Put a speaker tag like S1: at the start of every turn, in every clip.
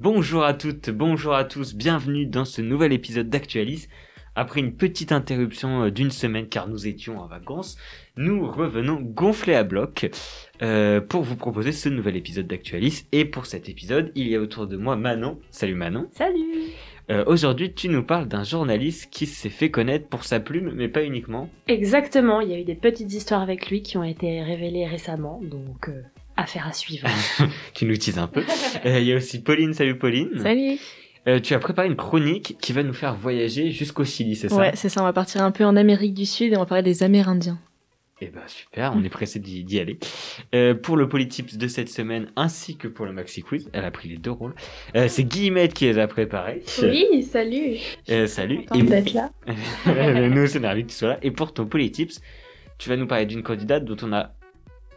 S1: Bonjour à toutes, bonjour à tous, bienvenue dans ce nouvel épisode d'Actualis. Après une petite interruption euh, d'une semaine car nous étions en vacances, nous revenons gonflés à bloc euh, pour vous proposer ce nouvel épisode d'Actualis. Et pour cet épisode, il y a autour de moi Manon. Salut Manon.
S2: Salut
S1: Euh, Aujourd'hui, tu nous parles d'un journaliste qui s'est fait connaître pour sa plume, mais pas uniquement.
S2: Exactement, il y a eu des petites histoires avec lui qui ont été révélées récemment, donc euh, affaire à suivre.
S1: Tu nous teases un peu. Euh, Il y a aussi Pauline. Salut Pauline.
S3: Salut
S1: Euh, tu as préparé une chronique qui va nous faire voyager jusqu'au Chili, c'est ça
S3: Ouais, c'est ça, on va partir un peu en Amérique du Sud et on va parler des Amérindiens.
S1: Eh ben super, on est pressé d'y d'y aller. Euh, pour le Polytips de cette semaine ainsi que pour le Maxi Quiz, elle a pris les deux rôles. Euh, c'est Guillemette qui les a préparés.
S4: Oui, salut.
S1: Euh, salut.
S4: Contente d'être là.
S1: Et nous, c'est ravis que tu sois là. Et pour ton Polytips, tu vas nous parler d'une candidate dont on a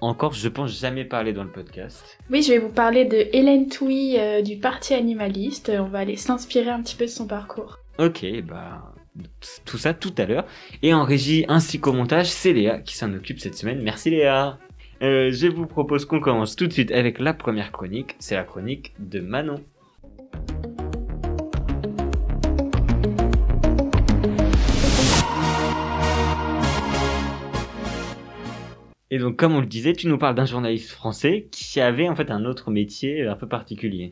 S1: encore, je pense, jamais parlé dans le podcast.
S4: Oui, je vais vous parler de Hélène Touy euh, du Parti Animaliste. On va aller s'inspirer un petit peu de son parcours.
S1: Ok, bah tout ça tout à l'heure. Et en régie ainsi qu'au montage, c'est Léa qui s'en occupe cette semaine. Merci Léa. Euh, je vous propose qu'on commence tout de suite avec la première chronique. C'est la chronique de Manon. Et donc, comme on le disait, tu nous parles d'un journaliste français qui avait en fait un autre métier euh, un peu particulier.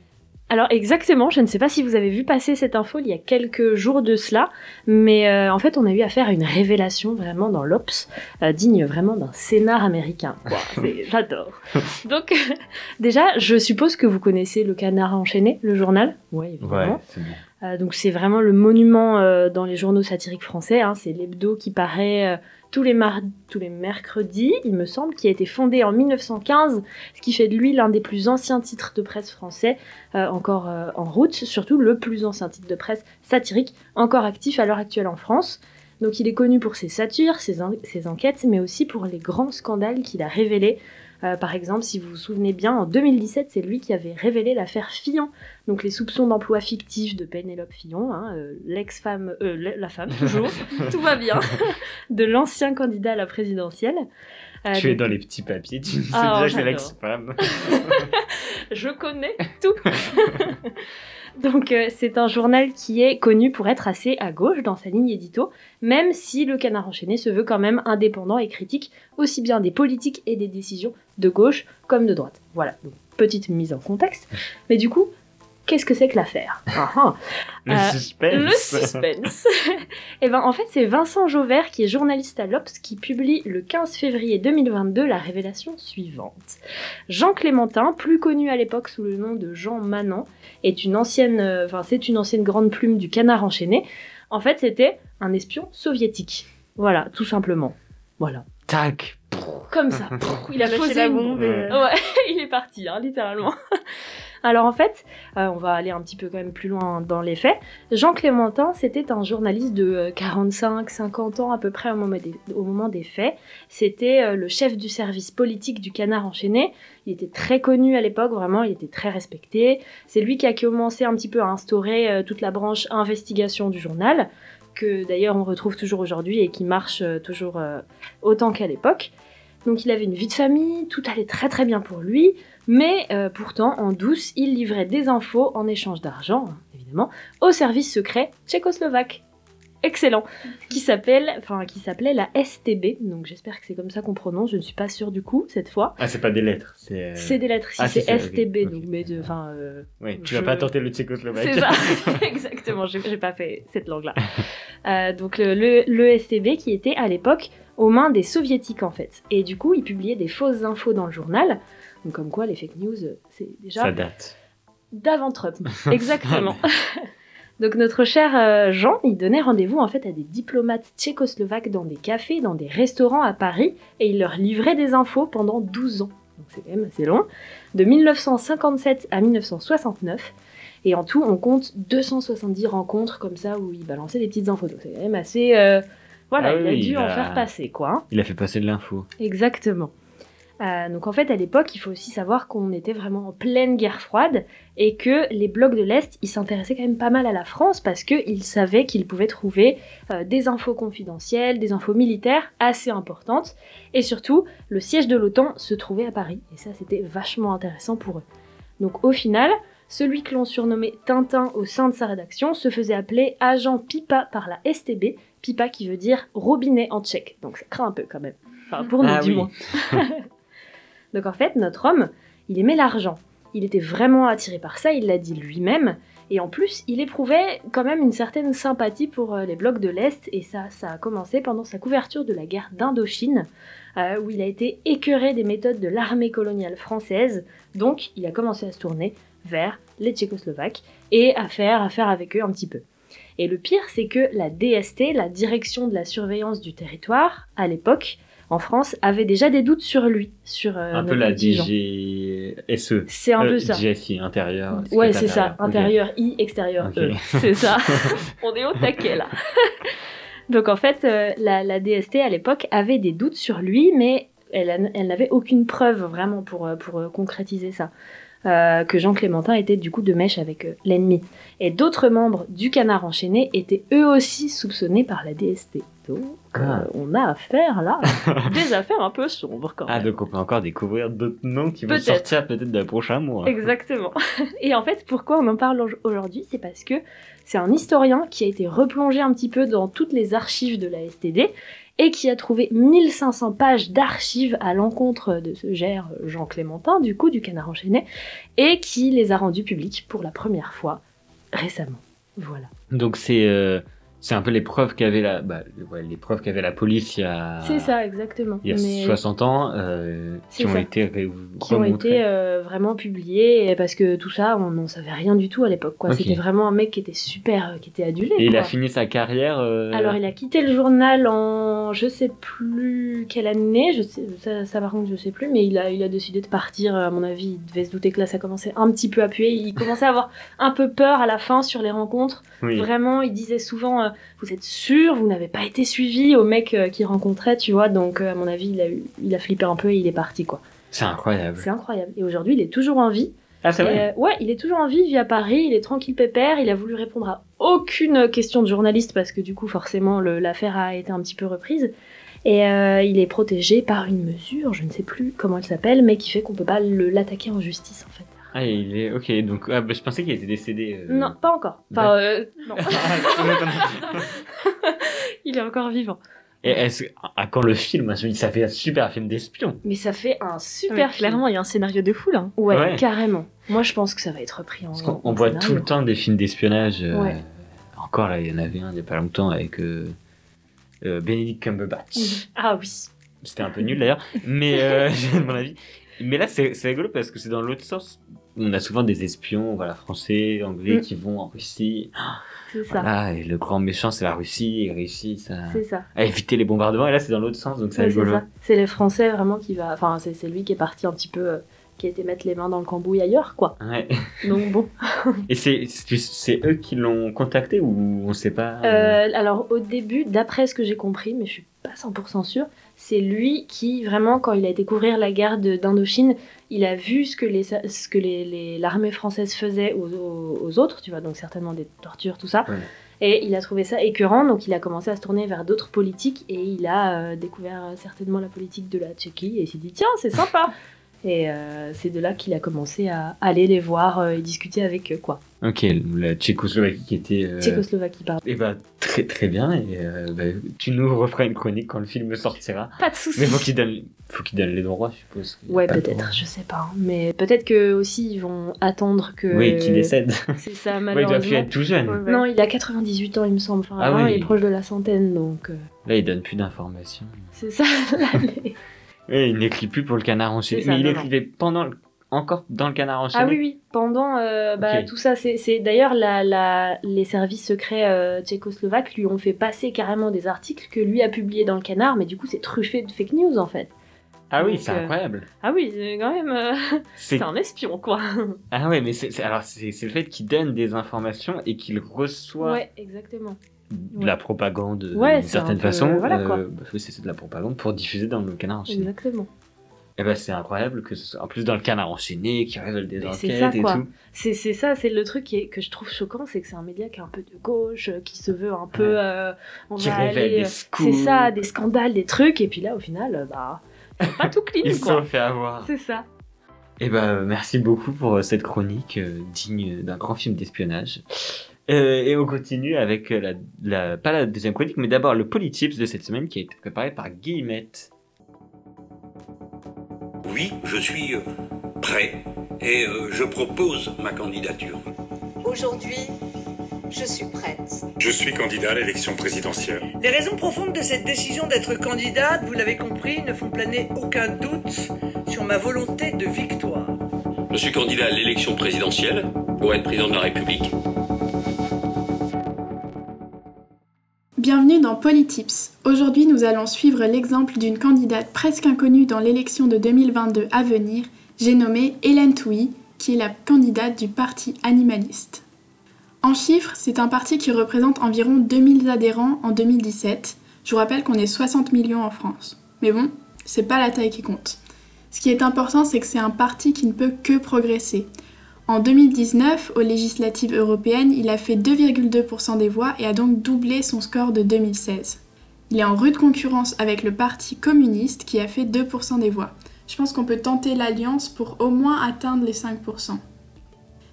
S2: Alors exactement, je ne sais pas si vous avez vu passer cette info il y a quelques jours de cela, mais euh, en fait on a eu affaire à une révélation vraiment dans l'Obs, euh, digne vraiment d'un scénar américain. Ouah, c'est- J'adore. Donc déjà, je suppose que vous connaissez le canard enchaîné, le journal. Ouais, évidemment.
S1: c'est bien.
S2: Euh, donc c'est vraiment le monument euh, dans les journaux satiriques français. hein. c'est l'hebdo qui paraît euh, tous, les mar- tous les mercredis, il me semble, qui a été fondé en 1915, ce qui fait de lui l'un des plus anciens titres de presse français euh, encore euh, en route, surtout le plus ancien titre de presse satirique encore actif à l'heure actuelle en France. Donc il est connu pour ses satires, ses, en- ses enquêtes, mais aussi pour les grands scandales qu'il a révélés. Euh, par exemple, si vous vous souvenez bien, en 2017, c'est lui qui avait révélé l'affaire Fillon, donc les soupçons d'emploi fictif de Pénélope Fillon, hein, euh, l'ex-femme, euh, la- la femme toujours, tout va bien, de l'ancien candidat à la présidentielle. Euh,
S1: Tu es
S2: donc-
S1: dans les petits papiers, tu sais
S2: Ah,
S1: déjà que c'est
S2: j'adore.
S1: l'ex-femme.
S2: Je connais tout. Donc euh, c'est un journal qui est connu pour être assez à gauche dans sa ligne édito, même si le Canard enchaîné se veut quand même indépendant et critique aussi bien des politiques et des décisions de gauche comme de droite. Voilà, donc petite mise en contexte. Mais du coup, qu'est-ce que c'est que l'affaire Ah, ah.
S1: Le
S2: Euh,
S1: suspense.
S2: Le suspense. Et ben en fait, c'est Vincent Jauvert qui est journaliste à l'Obs qui publie le 15 février 2022 la révélation suivante. Jean Clémentin, plus connu à l'époque sous le nom de Jean Manon, est une ancienne euh, enfin c'est une ancienne grande plume du canard enchaîné. En fait, c'était un espion soviétique. Voilà, tout simplement. Voilà.
S1: Tac.
S2: Comme ça. Il a posé une
S1: bombe et-
S2: Ouais, il est parti, hein, littéralement. Alors en fait, euh, on va aller un petit peu quand même plus loin dans les faits. Jean Clémentin, c'était un journaliste de 45-50 ans à peu près au moment des, au moment des faits. C'était euh, le chef du service politique du Canard enchaîné. Il était très connu à l'époque, vraiment, il était très respecté. C'est lui qui a commencé un petit peu à instaurer euh, toute la branche investigation du journal, que d'ailleurs on retrouve toujours aujourd'hui et qui marche euh, toujours euh, autant qu'à l'époque. Donc il avait une vie de famille, tout allait très très bien pour lui, mais euh, pourtant en douce, il livrait des infos en échange d'argent, hein, évidemment, au service secret tchécoslovaque. Excellent, qui s'appelle, enfin qui s'appelait la STB. Donc j'espère que c'est comme ça qu'on prononce. Je ne suis pas sûre du coup cette fois.
S1: Ah, c'est pas des lettres, c'est. euh,
S2: C'est des lettres, si
S1: ah, si,
S2: c'est
S1: c'est- ok,
S2: STB.
S1: ok.
S2: Donc mais de- enfin. euh,
S1: Ouais, tu
S2: je-
S1: vas pas tenter le tchécoslovaque.
S2: c'est ça, exactement, j'ai j'ai pas fait cette langue-là. Euh, donc le, le, le STB qui était à l'époque aux mains des soviétiques en fait. Et du coup, ils publiaient des fausses infos dans le journal. Donc comme quoi les fake news, euh, c'est déjà
S1: Ça date.
S2: d'avant Trump. Exactement. Donc notre cher euh, Jean, il donnait rendez-vous en fait à des diplomates tchécoslovaques dans des cafés, dans des restaurants à Paris, et il leur livrait des infos pendant 12 ans. Donc c'est quand même assez long. De 1957 à 1969. Et en tout, on compte 270 rencontres comme ça où il balançait des petites infos. Donc c'est quand même assez... euh, Voilà,
S1: Ah
S2: il a
S1: oui,
S2: dû
S1: il
S2: en
S1: a-
S2: faire passer quoi. hein.
S1: Il a fait passer de l'info.
S2: Exactement. Euh, donc en fait, à l'époque, il faut aussi savoir qu'on était vraiment en pleine guerre froide et que les blocs de l'Est, ils s'intéressaient quand même pas mal à la France parce qu'ils savaient qu'ils pouvaient trouver euh, des infos confidentielles, des infos militaires assez importantes. Et surtout, le siège de l'OTAN se trouvait à Paris. Et ça, c'était vachement intéressant pour eux. Donc au final, Celui que l'on surnommait Tintin au sein de sa rédaction se faisait appeler agent Pipa par la STB, Pipa qui veut dire robinet en tchèque, donc ça craint un peu quand même. Enfin, pour nous
S1: Ah
S2: du
S1: oui.
S2: moins. Donc en fait, notre homme, il aimait l'argent. Il était vraiment attiré par ça, il l'a dit lui-même. Et en plus, il éprouvait quand même une certaine sympathie pour euh, les blocs de l'Est, et ça, ça a commencé pendant sa couverture de la guerre d'Indochine, euh, où il a été écœuré des méthodes de l'armée coloniale française, donc il a commencé à se tourner vers les Tchécoslovaques et à faire affaire avec eux un petit peu. Et le pire, c'est que la DST, la Direction de la Surveillance du Territoire, à l'époque, en France, avait déjà des doutes sur lui, sur euh,
S1: Un peu
S2: notre
S1: la
S2: petit Jean.
S1: DGSE.
S2: C'est un
S1: Euh,
S2: peu ça.
S1: DGSI, intérieur.
S2: Ouais, c'est ça.
S1: intérieur.
S2: Intérieur I, extérieur
S1: Ok.
S2: E. C'est ça. On est au taquet là. Donc en fait, euh, la, la DST à l'époque avait des doutes sur lui, mais elle, a- elle n'avait aucune preuve vraiment pour, euh, pour euh, concrétiser ça. Euh, que Jean Clémentin était du coup de mèche avec euh, l'ennemi. Et d'autres membres du canard enchaîné étaient eux aussi soupçonnés par la DST. Donc euh,
S1: Ah.
S2: on a affaire là, à des affaires un peu sombres quand même.
S1: Ah, donc on peut encore découvrir d'autres noms qui vont
S2: Peut-être.
S1: sortir peut-être dans le prochain mois.
S2: Exactement. Et en fait, pourquoi on en parle au- aujourd'hui C'est parce que c'est un historien qui a été replongé un petit peu dans toutes les archives de la STD et qui a trouvé 1500 pages d'archives à l'encontre de ce gère Jean Clémentin, du coup, du canard enchaîné, et qui les a rendues publiques pour la première fois récemment. Voilà.
S1: Donc c'est euh, c'est un peu les preuves qu'avait la bah, ouais, les preuves qu'avait la police il y a
S2: C'est ça, exactement.
S1: il y a
S2: Mais-
S1: 60 ans euh, qui
S2: C'est
S1: ont
S2: ça.
S1: été ré-
S2: qui ont
S1: remontrées.
S2: été euh, vraiment publiés et parce que tout ça on n'en savait rien du tout à l'époque quoi
S1: Ok.
S2: c'était vraiment un mec qui était super euh, qui était adulé
S1: Et il
S2: quoi.
S1: a fini sa carrière. euh,
S2: Alors, il a quitté le journal en je sais plus quelle année, je sais, ça, ça par contre je sais plus, mais il a, il a décidé de partir, euh, à mon avis, il devait se douter que là ça commençait un petit peu à puer, il commençait à avoir un peu peur à la fin sur les rencontres,
S1: oui.
S2: vraiment, il disait souvent, euh, vous êtes sûr, vous n'avez pas été suivi au mec euh, qu'il rencontrait, tu vois, donc euh, à mon avis, il a, eu- il a flippé un peu et il est parti, quoi.
S1: C'est incroyable.
S2: C'est incroyable. Et aujourd'hui, il est toujours en vie,
S1: Ah c'est vrai.
S2: euh, ouais, il est toujours en vie, il vit à Paris, il est tranquille pépère, il a voulu répondre à aucune question de journaliste parce que du coup forcément le- l'affaire a été un petit peu reprise. Et euh, il est protégé par une mesure, je ne sais plus comment elle s'appelle, mais qui fait qu'on peut pas le- l'attaquer en justice en fait.
S1: Ah il est ok donc ah, bah, je pensais qu'il était décédé. euh.
S2: Non, pas encore. Enfin, euh, non.
S1: Ah, je m'étonne.
S2: il est encore vivant.
S1: Et est-ce à quand le film hein, je me dis, ça fait un super film d'espion.
S2: Mais ça fait un super
S3: Super, clairement, il y a un scénario de fou là.
S2: film. Ouais,
S1: Ouais.
S2: carrément. Moi, je pense que ça va être repris en.
S1: Parce qu'on
S2: en
S1: on voit
S2: scénario.
S1: tout le temps des films d'espionnage. euh,
S2: Oh, Ouais.
S1: Encore là il y en avait un il y a pas longtemps avec euh, euh, Benedict Cumberbatch.
S2: Ah oui.
S1: C'était un peu nul d'ailleurs, mais euh, à mon avis. Mais là, c'est c'est rigolo parce que c'est dans l'autre sens. On a souvent des espions, voilà, français, anglais,
S2: Mm.
S1: qui vont en Russie.
S2: C'est ça.
S1: Voilà, et le grand méchant, c'est la Russie. Ils réussissent à,
S2: C'est ça.
S1: à éviter les bombardements. Et là, c'est dans l'autre sens, donc c'est
S2: Ouais, c'est
S1: rigolo.
S2: ça. C'est les Français vraiment qui va. Enfin, c'est c'est lui qui est parti un petit peu. euh, qui a été mettre les mains dans le cambouis ailleurs, quoi.
S1: Ouais.
S2: Donc bon.
S1: Et c'est- c'est c'est eux qui l'ont contacté ou on sait pas euh,
S2: Euh, alors, au début, d'après ce que j'ai compris, mais je suis pas 100% sûre, c'est lui qui, vraiment, quand il a découvert la guerre de- d'Indochine, il a vu ce que les- ce que les- les- l'armée française faisait aux, aux- aux autres, tu vois, donc certainement des tortures, tout ça.
S1: Ouais.
S2: Et il a trouvé ça écœurant, donc il a commencé à se tourner vers d'autres politiques et il a euh, découvert euh, certainement la politique de la Tchéquie et il s'est dit tiens, c'est sympa Et euh, c'est de là qu'il a commencé à aller les voir euh, et discuter avec eux, quoi.
S1: Ok, la Tchécoslovaquie qui était. euh,
S2: Tchécoslovaquie, pardon.
S1: Eh ben, très très bien. Et euh, ben, tu nous referas une chronique quand le film sortira.
S2: Pas de soucis
S1: Mais faut qu'il donne, faut qu'il donne les droits, je suppose. qu'il y a
S2: Ouais,
S1: pas de droits.
S2: peut-être, je sais pas. hein. Mais peut-être que aussi ils vont attendre que.
S1: Oui, qui décède.
S2: C'est
S1: Ouais,
S2: ça,
S1: il doit plus
S2: malheureusement.
S1: être tout jeune.
S2: non, il a 98 ans, il me semble. Enfin,
S1: Ah
S2: vraiment,
S1: oui.
S2: il est proche de la centaine, donc euh,
S1: Là, il donne plus d'informations.
S2: c'est ça. l'année.
S1: Et il n'écrit plus pour le canard enchaîné.
S2: C'est ça,
S1: Mais il
S2: non,
S1: écrivait pendant, le- encore dans le canard enchaîné.
S2: ah oui, oui. Pendant euh, bah,
S1: Ok.
S2: tout ça, c'est c'est- d'ailleurs la, la- les services secrets euh, tchécoslovaques lui ont fait passer carrément des articles que lui a publiés dans le Canard, mais du coup c'est truffé de fake news en fait.
S1: Ah oui,
S2: Donc,
S1: c'est
S2: euh,
S1: incroyable.
S2: Ah oui, c'est quand même, euh,
S1: C'est...
S2: c'est un espion quoi.
S1: Ah ouais, mais c'est, c'est- alors c'est, c'est le fait qu'il donne des informations et qu'il reçoit
S2: Ouais, exactement.
S1: de la propagande euh,
S2: Ouais,
S1: d'une
S2: c'est
S1: certaine
S2: un peu-
S1: façon.
S2: voilà, quoi.
S1: bah, oui, c'est, c'est de la propagande pour diffuser dans le canard enchaîné.
S2: Exactement.
S1: Et ben c'est incroyable que ce soit... en plus dans le canard enchaîné qui révèle des
S2: Mais c'est
S1: enquêtes
S2: ça,
S1: et
S2: quoi.
S1: tout.
S2: C'est c'est ça, c'est le truc qui est- que je trouve choquant, c'est que c'est un média qui est un peu de gauche, euh, qui se veut un peu.
S1: Ouais.
S2: euh, on
S1: Qui
S2: va
S1: révèle
S2: aller,
S1: des
S2: euh,
S1: scoops.
S2: C'est ça, des scandales, des trucs, et puis là, au final, euh, bah. c'est Pas tout clean,
S1: Ils se
S2: quoi.
S1: sont fait avoir.
S2: C'est ça.
S1: Eh ben, merci beaucoup pour euh, cette chronique euh, digne d'un grand film d'espionnage. Euh, et on continue avec euh, la, la- pas la deuxième chronique, mais d'abord le Polytips de cette semaine qui a été préparé par Guillemette.
S5: Oui, je suis euh, prêt et euh, je propose ma candidature.
S6: Aujourd'hui, je suis prête.
S7: Je suis candidat à l'élection présidentielle.
S8: Les raisons profondes de cette décision d'être candidate, vous l'avez compris, ne font planer aucun doute sur ma volonté de victoire.
S5: Je suis candidat à l'élection présidentielle pour être président de la République.
S9: Bienvenue dans Polytips. Aujourd'hui, nous allons suivre l'exemple d'une candidate presque inconnue dans l'élection de 2022 à venir. J'ai nommé Hélène Touy, qui est la candidate du Parti animaliste. En chiffres, c'est un parti qui représente environ 2000 adhérents en 2017. Je vous rappelle qu'on est 60 millions en France. Mais bon, c'est pas la taille qui compte. Ce qui est important, c'est que c'est un parti qui ne peut que progresser. En 2019, aux législatives européennes, il a fait 2,2% des voix et a donc doublé son score de 2016. Il est en rude concurrence avec le Parti communiste qui a fait 2% des voix. Je pense qu'on peut tenter l'alliance pour au moins atteindre les 5%.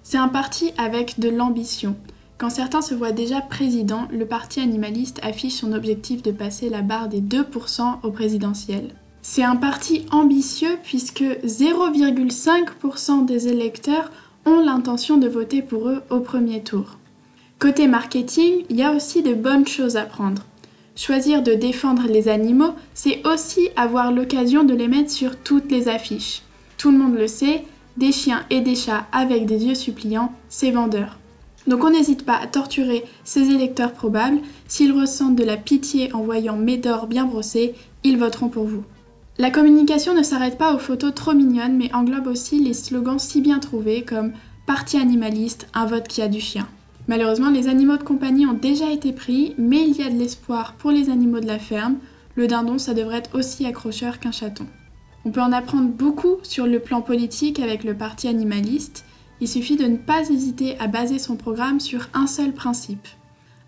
S9: C'est un parti avec de l'ambition. Quand certains se voient déjà président, le Parti animaliste affiche son objectif de passer la barre des 2% au présidentiel. C'est un parti ambitieux puisque 0,5% des électeurs ont l'intention de voter pour eux au premier tour. Côté marketing, il y a aussi de bonnes choses à prendre. Choisir de défendre les animaux, c'est aussi avoir l'occasion de les mettre sur toutes les affiches. Tout le monde le sait, des chiens et des chats avec des yeux suppliants, c'est vendeur. Donc on n'hésite pas à torturer ces électeurs probables. S'ils ressentent de la pitié en voyant Médor bien brossé, ils voteront pour vous. La communication ne s'arrête pas aux photos trop mignonnes, mais englobe aussi les slogans si bien trouvés comme Parti animaliste, un vote qui a du chien. Malheureusement, les animaux de compagnie ont déjà été pris, mais il y a de l'espoir pour les animaux de la ferme. Le dindon, ça devrait être aussi accrocheur qu'un chaton. On peut en apprendre beaucoup sur le plan politique avec le parti animaliste. Il suffit de ne pas hésiter à baser son programme sur un seul principe.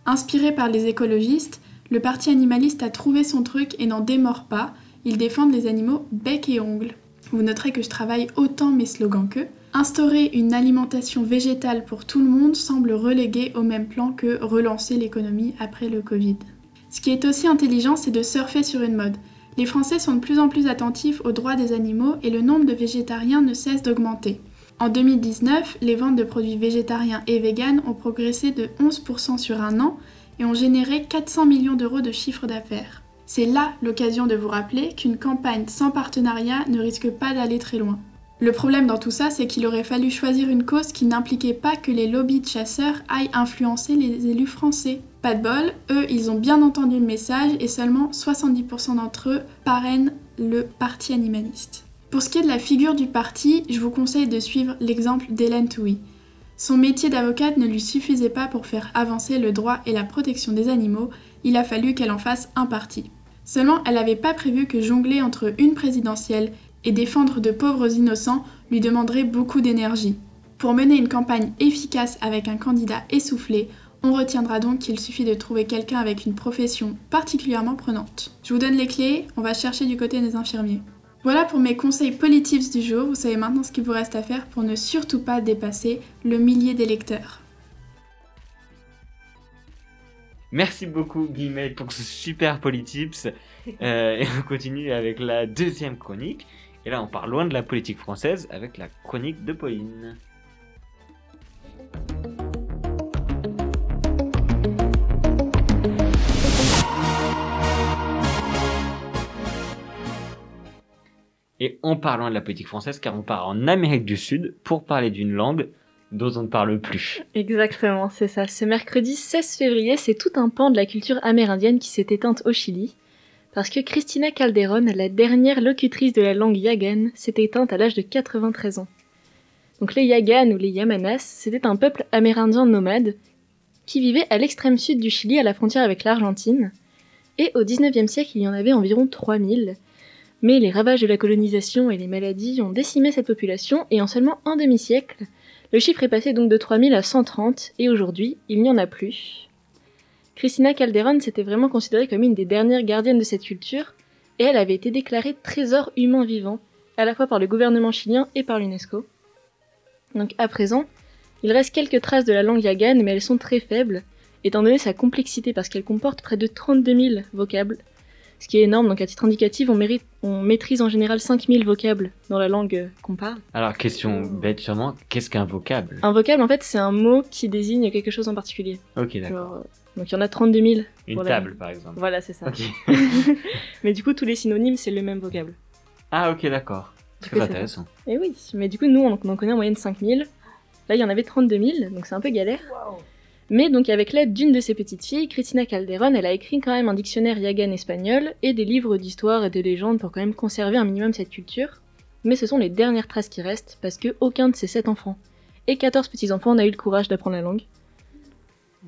S9: Inspiré par les écologistes, le parti animaliste a trouvé son truc et n'en démord pas. Ils défendent les animaux bec et ongles. Vous noterez que je travaille autant mes slogans qu'eux. Instaurer une alimentation végétale pour tout le monde semble relégué au même plan que relancer l'économie après le Covid. Ce qui est aussi intelligent, c'est de surfer sur une mode. Les Français sont de plus en plus attentifs aux droits des animaux et le nombre de végétariens ne cesse d'augmenter. En 2019, les ventes de produits végétariens et véganes ont progressé de 11% sur un an et ont généré 400 millions d'euros de chiffre d'affaires. C'est là l'occasion de vous rappeler qu'une campagne sans partenariat ne risque pas d'aller très loin. Le problème dans tout ça, c'est qu'il aurait fallu choisir une cause qui n'impliquait pas que les lobbies de chasseurs aillent influencer les élus français. Pas de bol, eux, ils ont bien entendu le message et seulement 70% d'entre eux parrainent le parti animaliste. Pour ce qui est de la figure du parti, je vous conseille de suivre l'exemple d'Hélène Touy. Son métier d'avocate ne lui suffisait pas pour faire avancer le droit et la protection des animaux, il a fallu qu'elle en fasse un parti. Seulement, elle n'avait pas prévu que jongler entre une présidentielle et défendre de pauvres innocents lui demanderait beaucoup d'énergie. Pour mener une campagne efficace avec un candidat essoufflé, on retiendra donc qu'il suffit de trouver quelqu'un avec une profession particulièrement prenante. Je vous donne les clés, on va chercher du côté des infirmiers. Voilà pour mes conseils politiques du jour, vous savez maintenant ce qu'il vous reste à faire pour ne surtout pas dépasser le millier d'électeurs.
S1: Merci beaucoup Guillemette pour ce super Polytips. Euh, et on continue avec la deuxième chronique. Et là, on part loin de la politique française avec la chronique de Pauline. Et on part loin de la politique française car on part en Amérique du Sud pour parler d'une langue dont on ne parle plus.
S3: Exactement, c'est ça. Ce mercredi 16 février, c'est tout un pan de la culture amérindienne qui s'est éteinte au Chili, parce que Christina Calderón, la dernière locutrice de la langue Yagan, s'est éteinte à l'âge de 93 ans. Donc les Yagan ou les Yamanas, c'était un peuple amérindien nomade qui vivait à l'extrême sud du Chili, à la frontière avec l'Argentine, et au 19e siècle, il y en avait environ 3000. Mais les ravages de la colonisation et les maladies ont décimé cette population, et en seulement un demi-siècle, le chiffre est passé donc de 3000 à 130 et aujourd'hui, il n'y en a plus. Christina Calderón s'était vraiment considérée comme une des dernières gardiennes de cette culture et elle avait été déclarée trésor humain vivant à la fois par le gouvernement chilien et par l'UNESCO. Donc à présent, il reste quelques traces de la langue yagane, mais elles sont très faibles, étant donné sa complexité parce qu'elle comporte près de 32 000 vocables, ce qui est énorme, donc à titre indicatif, on, mérite, on maîtrise en général 5 000 vocables dans la langue euh, qu'on parle.
S1: Alors, question bête sûrement, qu'est-ce qu'un vocable
S3: Un vocable, en fait, c'est un mot qui désigne quelque chose en particulier.
S1: Ok, d'accord.
S3: Genre, euh, donc il y en a 32 000.
S1: Une
S3: voilà.
S1: table, par exemple.
S3: Voilà, c'est ça.
S1: Ok.
S3: mais du coup, tous les synonymes, c'est le même vocable.
S1: Ah, ok, d'accord. Très
S3: Du coup, c'est-
S1: intéressant.
S3: Et oui, mais du coup, nous, on en connaît en moyenne 5000. Là, il y en avait 32 000, donc c'est un peu galère. Mais donc, avec l'aide d'une de ses petites filles, Cristina Calderon, elle a écrit quand même un dictionnaire Yagan espagnol et des livres d'histoire et de légendes pour quand même conserver un minimum cette culture. Mais ce sont les dernières traces qui restent, parce que aucun de ses 7 enfants et 14 petits-enfants n'a eu le courage d'apprendre la langue.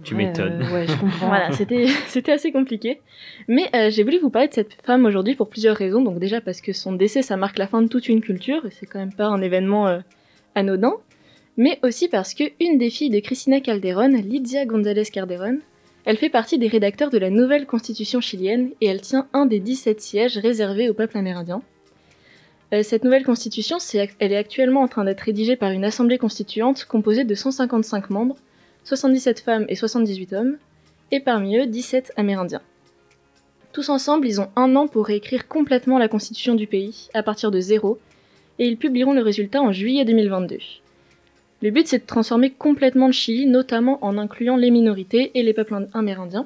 S1: Tu m'étonnes.
S2: Ouais, euh, ouais, je comprends.
S3: Voilà, c'était c'était assez compliqué. Mais euh, j'ai voulu vous parler de cette femme aujourd'hui pour plusieurs raisons. Donc déjà parce que son décès, ça marque la fin de toute une culture, et c'est quand même pas un événement euh, anodin. Mais aussi parce que une des filles de Cristina Calderón, Lydia González Calderón, elle fait partie des rédacteurs de la nouvelle constitution chilienne et elle tient un des 17 sièges réservés au peuple amérindien. Euh, cette nouvelle constitution, c'est- elle est actuellement en train d'être rédigée par une assemblée constituante composée de 155 membres, 77 femmes et 78 hommes, et parmi eux 17 Amérindiens. Tous ensemble, ils ont un an pour réécrire complètement la constitution du pays, à partir de zéro, et ils publieront le résultat en juillet 2022. Le but, c'est de transformer complètement le Chili, notamment en incluant les minorités et les peuples ind- amérindiens.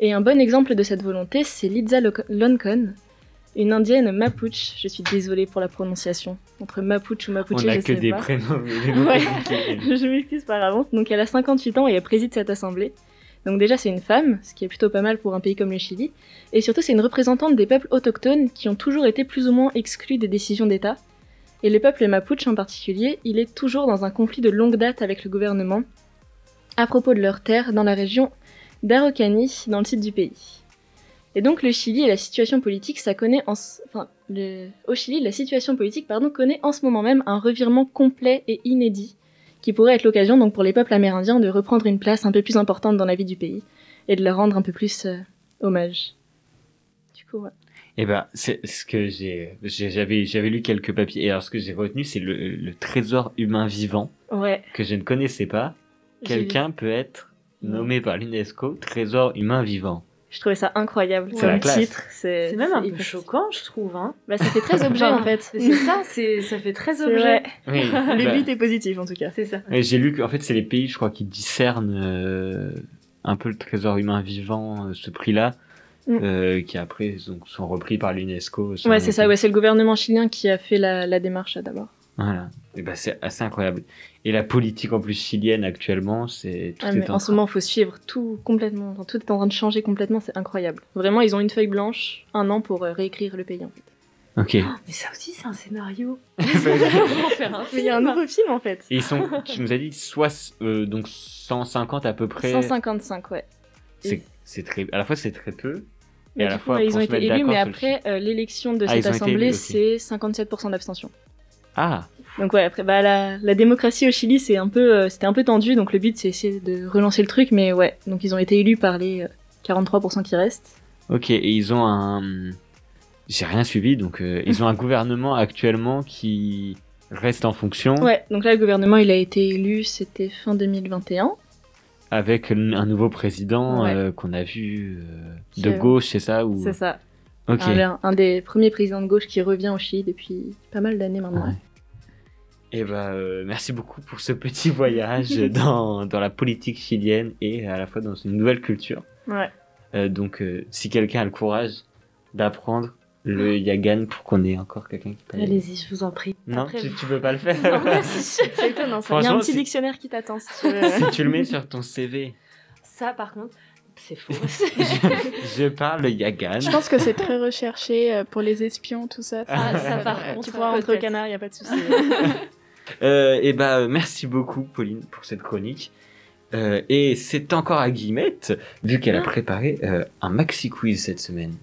S3: Et un bon exemple de cette volonté, c'est Lidza Lo- Loncon, une indienne mapuche. Je suis désolée pour la prononciation. Entre mapuche ou mapuche,
S1: On
S3: je
S1: n'a que
S3: sais
S1: des
S3: pas.
S1: prénoms. mais des
S3: Ouais.
S1: noms compliqués.
S3: je m'excuse par avance. Donc elle a 58 ans et elle préside cette assemblée. Donc déjà c'est une femme, ce qui est plutôt pas mal pour un pays comme le Chili. Et surtout c'est une représentante des peuples autochtones qui ont toujours été plus ou moins exclus des décisions d'État. Et le peuple mapuche en particulier, il est toujours dans un conflit de longue date avec le gouvernement à propos de leurs terres dans la région d'Araucanie, dans le sud du pays. Et donc le Chili et la situation politique, ça connaît en ce- enfin, le- au Chili, la situation politique pardon, connaît en ce moment même un revirement complet et inédit qui pourrait être l'occasion donc pour les peuples amérindiens de reprendre une place un peu plus importante dans la vie du pays et de leur rendre un peu plus euh, hommage. Du coup, ouais.
S1: Eh ben, c'est ce que j'ai, j'ai- j'avais, j'avais lu quelques papiers. Et alors, ce que j'ai retenu, c'est le, le trésor humain vivant
S3: ouais
S1: que je ne connaissais pas.
S3: j'ai vu.
S1: Quelqu'un peut être nommé par l'UNESCO trésor humain vivant.
S3: Je trouvais ça incroyable
S1: C'est la
S3: comme
S1: classe.
S3: titre. C'est
S2: C'est même un
S3: c'est
S2: peu
S3: hyper-
S2: choquant, je trouve. Hein.
S3: Bah, ça fait très objet en fait.
S2: C'est ça, c'est- ça fait très
S3: C'est
S2: objet.
S3: vrai.
S1: Oui, bah,
S3: Le but est positif en tout cas.
S2: C'est ça.
S1: Et J'ai lu qu'en fait, c'est les pays, je crois, qui discernent euh, un peu le trésor humain vivant, euh, ce prix-là,
S3: Mm.
S1: euh, qui après donc, sont repris par l'UNESCO. selon
S3: Ouais,
S1: les
S3: c'est ça.
S1: pays.
S3: Ouais, c'est le gouvernement chilien qui a fait la, la démarche euh, d'abord.
S1: Voilà. Et ben, c'est assez incroyable. Et la politique en plus chilienne actuellement, c'est tout
S3: Ah,
S1: est
S3: mais en ce
S1: train-
S3: moment, faut suivre tout complètement. Enfin, Tout est en train de changer complètement. C'est incroyable. Vraiment, ils ont une feuille blanche, un an pour euh, réécrire le pays en fait.
S1: Ok. Et
S2: Mais ça aussi, c'est un scénario.
S3: Mais il y a un nouveau film en fait.
S1: ils sont, tu nous as dit, soit euh, donc 150 à peu près.
S3: 155, ouais.
S1: C'est, c'est très, à la fois c'est très peu. Et
S3: Mais
S1: à
S3: du
S1: la
S3: coup, bah,
S1: fois,
S3: ils
S1: pour
S3: ont
S1: se
S3: été
S1: mettre
S3: élus,
S1: d'accord
S3: mais
S1: sur le
S3: après euh, l'élection de
S1: Ah,
S3: cette
S1: ils ont été
S3: assemblée,
S1: élus, ok.
S3: c'est 57% d'abstention.
S1: Ah,
S3: Donc ouais, après, bah, la, la démocratie au Chili, c'est un peu, euh, c'était un peu tendu, donc le but, c'est essayer de relancer le truc, mais ouais, donc ils ont été élus par les euh, 43% qui restent.
S1: ok. Et ils ont un, j'ai rien suivi, donc euh, ils ont un gouvernement actuellement qui reste en fonction
S3: Ouais, donc là, le gouvernement, il a été élu, c'était fin 2021.
S1: avec l- un nouveau président
S3: Ouais.
S1: euh, qu'on a vu euh,
S3: Qui,
S1: de
S3: euh,
S1: gauche, c'est ça ou
S3: C'est ça.
S1: Ok.
S3: Un, un des premiers présidents de gauche qui revient au Chili depuis pas mal d'années maintenant.
S1: Ouais. Eh ben, euh, merci beaucoup pour ce petit voyage dans, dans la politique chilienne et à la fois dans une nouvelle culture.
S3: Ouais.
S1: Euh, donc, euh, si quelqu'un a le courage d'apprendre le Yagan pour qu'on ait encore quelqu'un qui parle.
S2: Allez-y, je vous en prie.
S1: Non,
S3: Après-
S1: tu, tu peux pas le faire.
S3: Non, merci. c'est étonnant ça. Il y a
S1: Franchement,
S3: un petit
S1: si-
S3: dictionnaire qui t'attend si tu veux.
S1: si tu le mets sur ton CV,
S2: Ça, par contre, c'est faux.
S1: je parle le Yagan.
S4: Je pense que c'est très recherché euh, pour les espions, tout ça.
S2: Ah, ça, par
S3: tu
S2: contre,
S3: pourras rentrer au
S2: peut-être.
S3: canard, il n'y a pas de souci.
S1: Euh, et ben, euh, merci beaucoup, Pauline, pour cette chronique. Euh, et c'est encore à Guillemette, vu qu'elle a préparé euh, un maxi quiz cette semaine.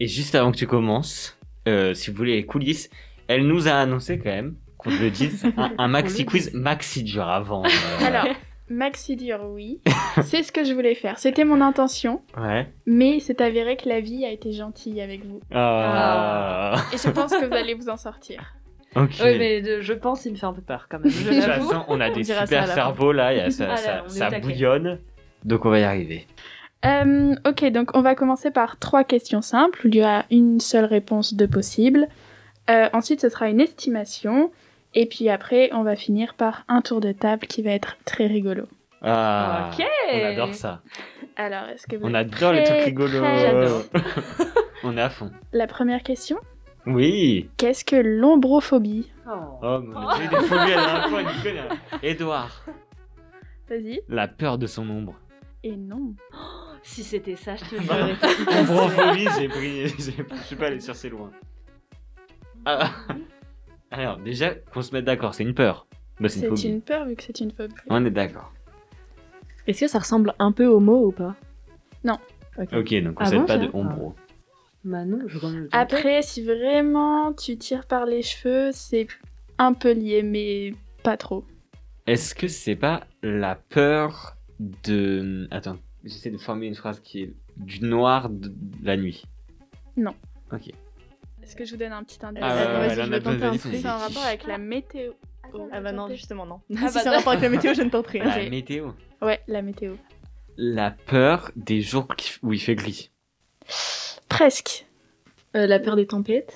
S1: Et juste avant que tu commences, euh, si vous voulez les coulisses, elle nous a annoncé quand même qu'on te le dise. Un, un maxi quiz, maxi dur avant. euh,
S9: Alors, Maxi dire oui, c'est ce que je voulais faire. C'était mon intention,
S1: Ouais.
S9: mais c'est avéré que la vie a été gentille avec vous.
S1: Ah.
S9: Et je pense que vous allez vous en sortir.
S1: Ok.
S2: Oui, mais de- je pense, il me fait un peu peur quand même. Je
S1: De toute
S2: l'avoue.
S1: façon, on a des
S9: On dira ça
S1: super
S9: à la
S1: cerveaux là, il y a ça,
S2: Ah là,
S1: ça-
S2: on est
S1: ça
S2: au taquet.
S1: bouillonne. Donc on va y arriver.
S9: Euh, ok, donc on va commencer par trois questions simples où il y a une seule réponse de possible. Euh, ensuite, ce sera une estimation. Et puis après, on va finir par un tour de table qui va être très rigolo.
S1: Ah,
S2: Ok.
S1: On adore ça.
S9: Alors, est-ce que vous
S1: On
S9: êtes
S1: adore les trucs
S9: prêts,
S1: rigolos.
S9: prêts
S2: J'adore.
S1: on est à fond.
S9: La première question
S1: Oui.
S9: qu'est-ce que l'ombrophobie
S1: Oh, mais on a déjà eu des phobies à la dernière fois, Nicole, hein. Édouard,
S9: Vas-y.
S1: la peur de son ombre.
S9: Et non.
S2: Si c'était ça, je te jure.
S1: Ombrophobie, j'ai pris. j'ai- Je suis pas allé chercher loin. Ah. Alors, déjà, qu'on se mette d'accord, c'est une peur. Bah, c'est une
S9: C'est
S1: phobie.
S9: une peur vu que c'est une phobie.
S1: On est d'accord.
S3: Est-ce que ça ressemble un peu au mot ou pas
S1: Ok, donc on
S2: Ah
S1: s'aide
S2: bon,
S1: pas
S2: ça
S1: de ombro.
S2: Bah non, je
S9: Après, si vraiment tu tires par les cheveux, c'est un peu lié, mais pas trop.
S1: Est-ce que c'est pas la peur de. Attends, j'essaie de former une phrase qui est du noir de la nuit.
S9: Est-ce que je vous donne un petit indice
S1: Ah
S3: ouais, ouais,
S9: Vas-y,
S3: ouais,
S9: je
S1: là, on
S9: vais
S1: a
S9: tenter
S1: besoin
S9: un
S1: d'indices,
S9: truc.
S1: mais-
S9: C'est en rapport avec la météo.
S3: Ah bah non, justement non.
S9: bah
S3: si c'est en
S9: non.
S3: rapport avec la météo, je ne tente rien.
S1: La météo.
S9: Ouais, la météo.
S1: La peur des jours qui- où il fait gris.
S9: Presque.
S3: Euh, la peur des tempêtes,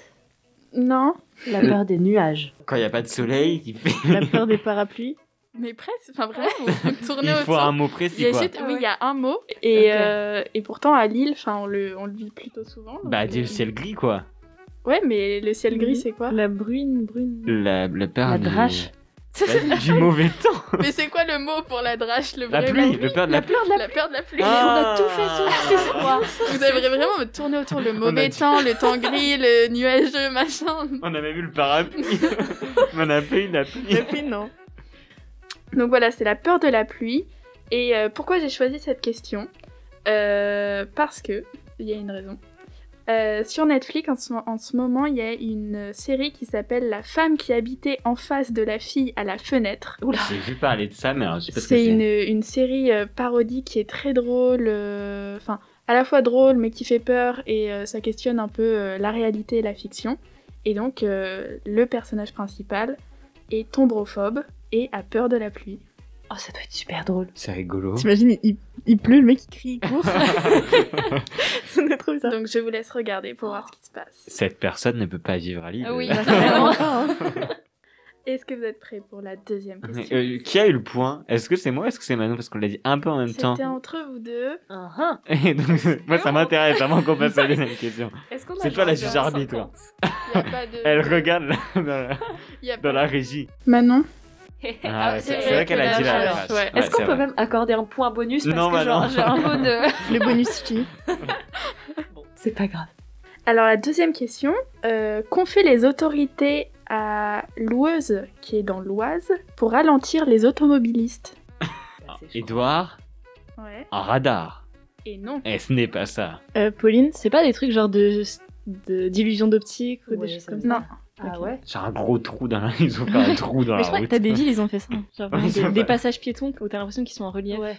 S9: Non,
S2: La peur des nuages.
S1: Quand il n'y a pas de soleil, il, fait...
S3: la peur des parapluis.
S9: mais presque. Enfin, vraiment, vous vous tournez
S1: il faut
S9: autour.
S1: un mot
S9: Il y a
S1: précis quoi.
S9: juste- oui, il y a un mot. Et, euh, et pourtant, à Lille, enfin, on, le, on le vit plutôt souvent. donc,
S1: Bah,
S9: euh,
S1: du ciel gris quoi.
S9: Ouais, mais le ciel gris,
S3: Oui.
S9: c'est quoi
S3: La brune, brune.
S1: La, la peur
S2: La
S1: du-
S2: drache.
S1: la- du mauvais temps.
S9: Mais c'est quoi le mot pour la drache le
S1: La
S9: vrai
S1: pluie,
S9: mot
S1: le peur de la, pluie.
S9: la, peur de la pluie.
S1: Ah.
S9: Vous avez vraiment me tourner autour le
S1: a
S9: mauvais
S1: dit-
S9: temps, le temps gris, le nuageux, machin.
S1: On a même eu le parapluie. On a pas eu la pluie.
S3: La pluie, non.
S9: Donc voilà, c'est la peur de la pluie. Et euh, pourquoi j'ai choisi cette question Euh, Parce que, il y a une raison. Euh, sur Netflix, en ce, en ce moment, il y a une série qui s'appelle La femme qui habitait en face de la fille à la fenêtre.
S1: J'ai vu parler de ça, mais alors je sais pas ce que
S9: C'est
S1: c'est.
S9: une, une série euh, parodie qui est très drôle, euh, enfin à la fois drôle mais qui fait peur et euh, ça questionne un peu euh, la réalité et la fiction. Et donc euh, le personnage principal est ombrophobe et a peur de la pluie.
S2: Oh, ça doit être super drôle.
S1: C'est rigolo.
S3: T'imagines, il, il pleut, le mec il crie, il court. Ça doit être trop bizarre.
S9: Donc je vous laisse regarder pour voir ce qui se passe.
S1: Cette personne ne peut pas vivre à Lille.
S9: Est-ce que vous êtes prêts pour la deuxième
S1: Mais,
S9: question
S1: euh, qui a eu le point Est-ce que c'est moi ou est-ce que c'est Manon Parce qu'on l'a dit un peu en même temps.
S9: C'était entre vous deux.
S2: Ah,
S1: Et donc, moi, ça m'intéresse avant qu'on passe à la deuxième question.
S2: Est-ce qu'on
S1: a C'est toi la genre juge arbitre, toi.
S9: Il y a pas de.
S1: Elle regarde là, dans, la,
S9: il y a
S1: dans
S9: pas-
S1: la régie.
S9: Manon.
S1: Ah,
S2: Ah,
S1: c'est c'est
S2: c'est vrai
S1: vrai qu'elle
S2: que
S1: a dit
S2: la-
S1: la
S2: alors,
S1: phrase.
S9: ouais.
S2: Est-ce
S1: Ouais,
S2: qu'on
S1: c'est
S2: peut
S1: vrai.
S2: même accorder un point bonus parce
S1: Non,
S2: que
S1: bah
S2: genre
S1: non.
S2: j'ai un mot de...
S3: Le bonus qui
S2: C'est pas grave.
S9: Alors la deuxième question, euh, qu'ont fait les autorités à Loueuse, qui est dans l'Oise, pour ralentir les automobilistes
S1: Ah, Édouard,
S9: Ouais.
S1: un radar.
S9: Et non.
S1: Eh, ce n'est pas ça.
S3: Euh, Pauline, c'est pas des trucs genre de de- d'illusion d'optique ou
S2: Ouais,
S3: des choses
S2: ça
S3: comme
S2: me
S3: ça.
S9: Non.
S2: Ah
S3: Ok.
S2: ouais
S1: J'ai un gros trou dans la. Ils ont fait un trou dans
S3: Mais
S1: la
S3: je crois que
S1: route.
S3: t'as des villes, ils ont fait ça. hein. Genre vraiment
S1: Ouais, c'est
S3: des,
S1: vrai.
S3: des passages piétons où t'as l'impression qu'ils sont en relief.
S2: Ouais.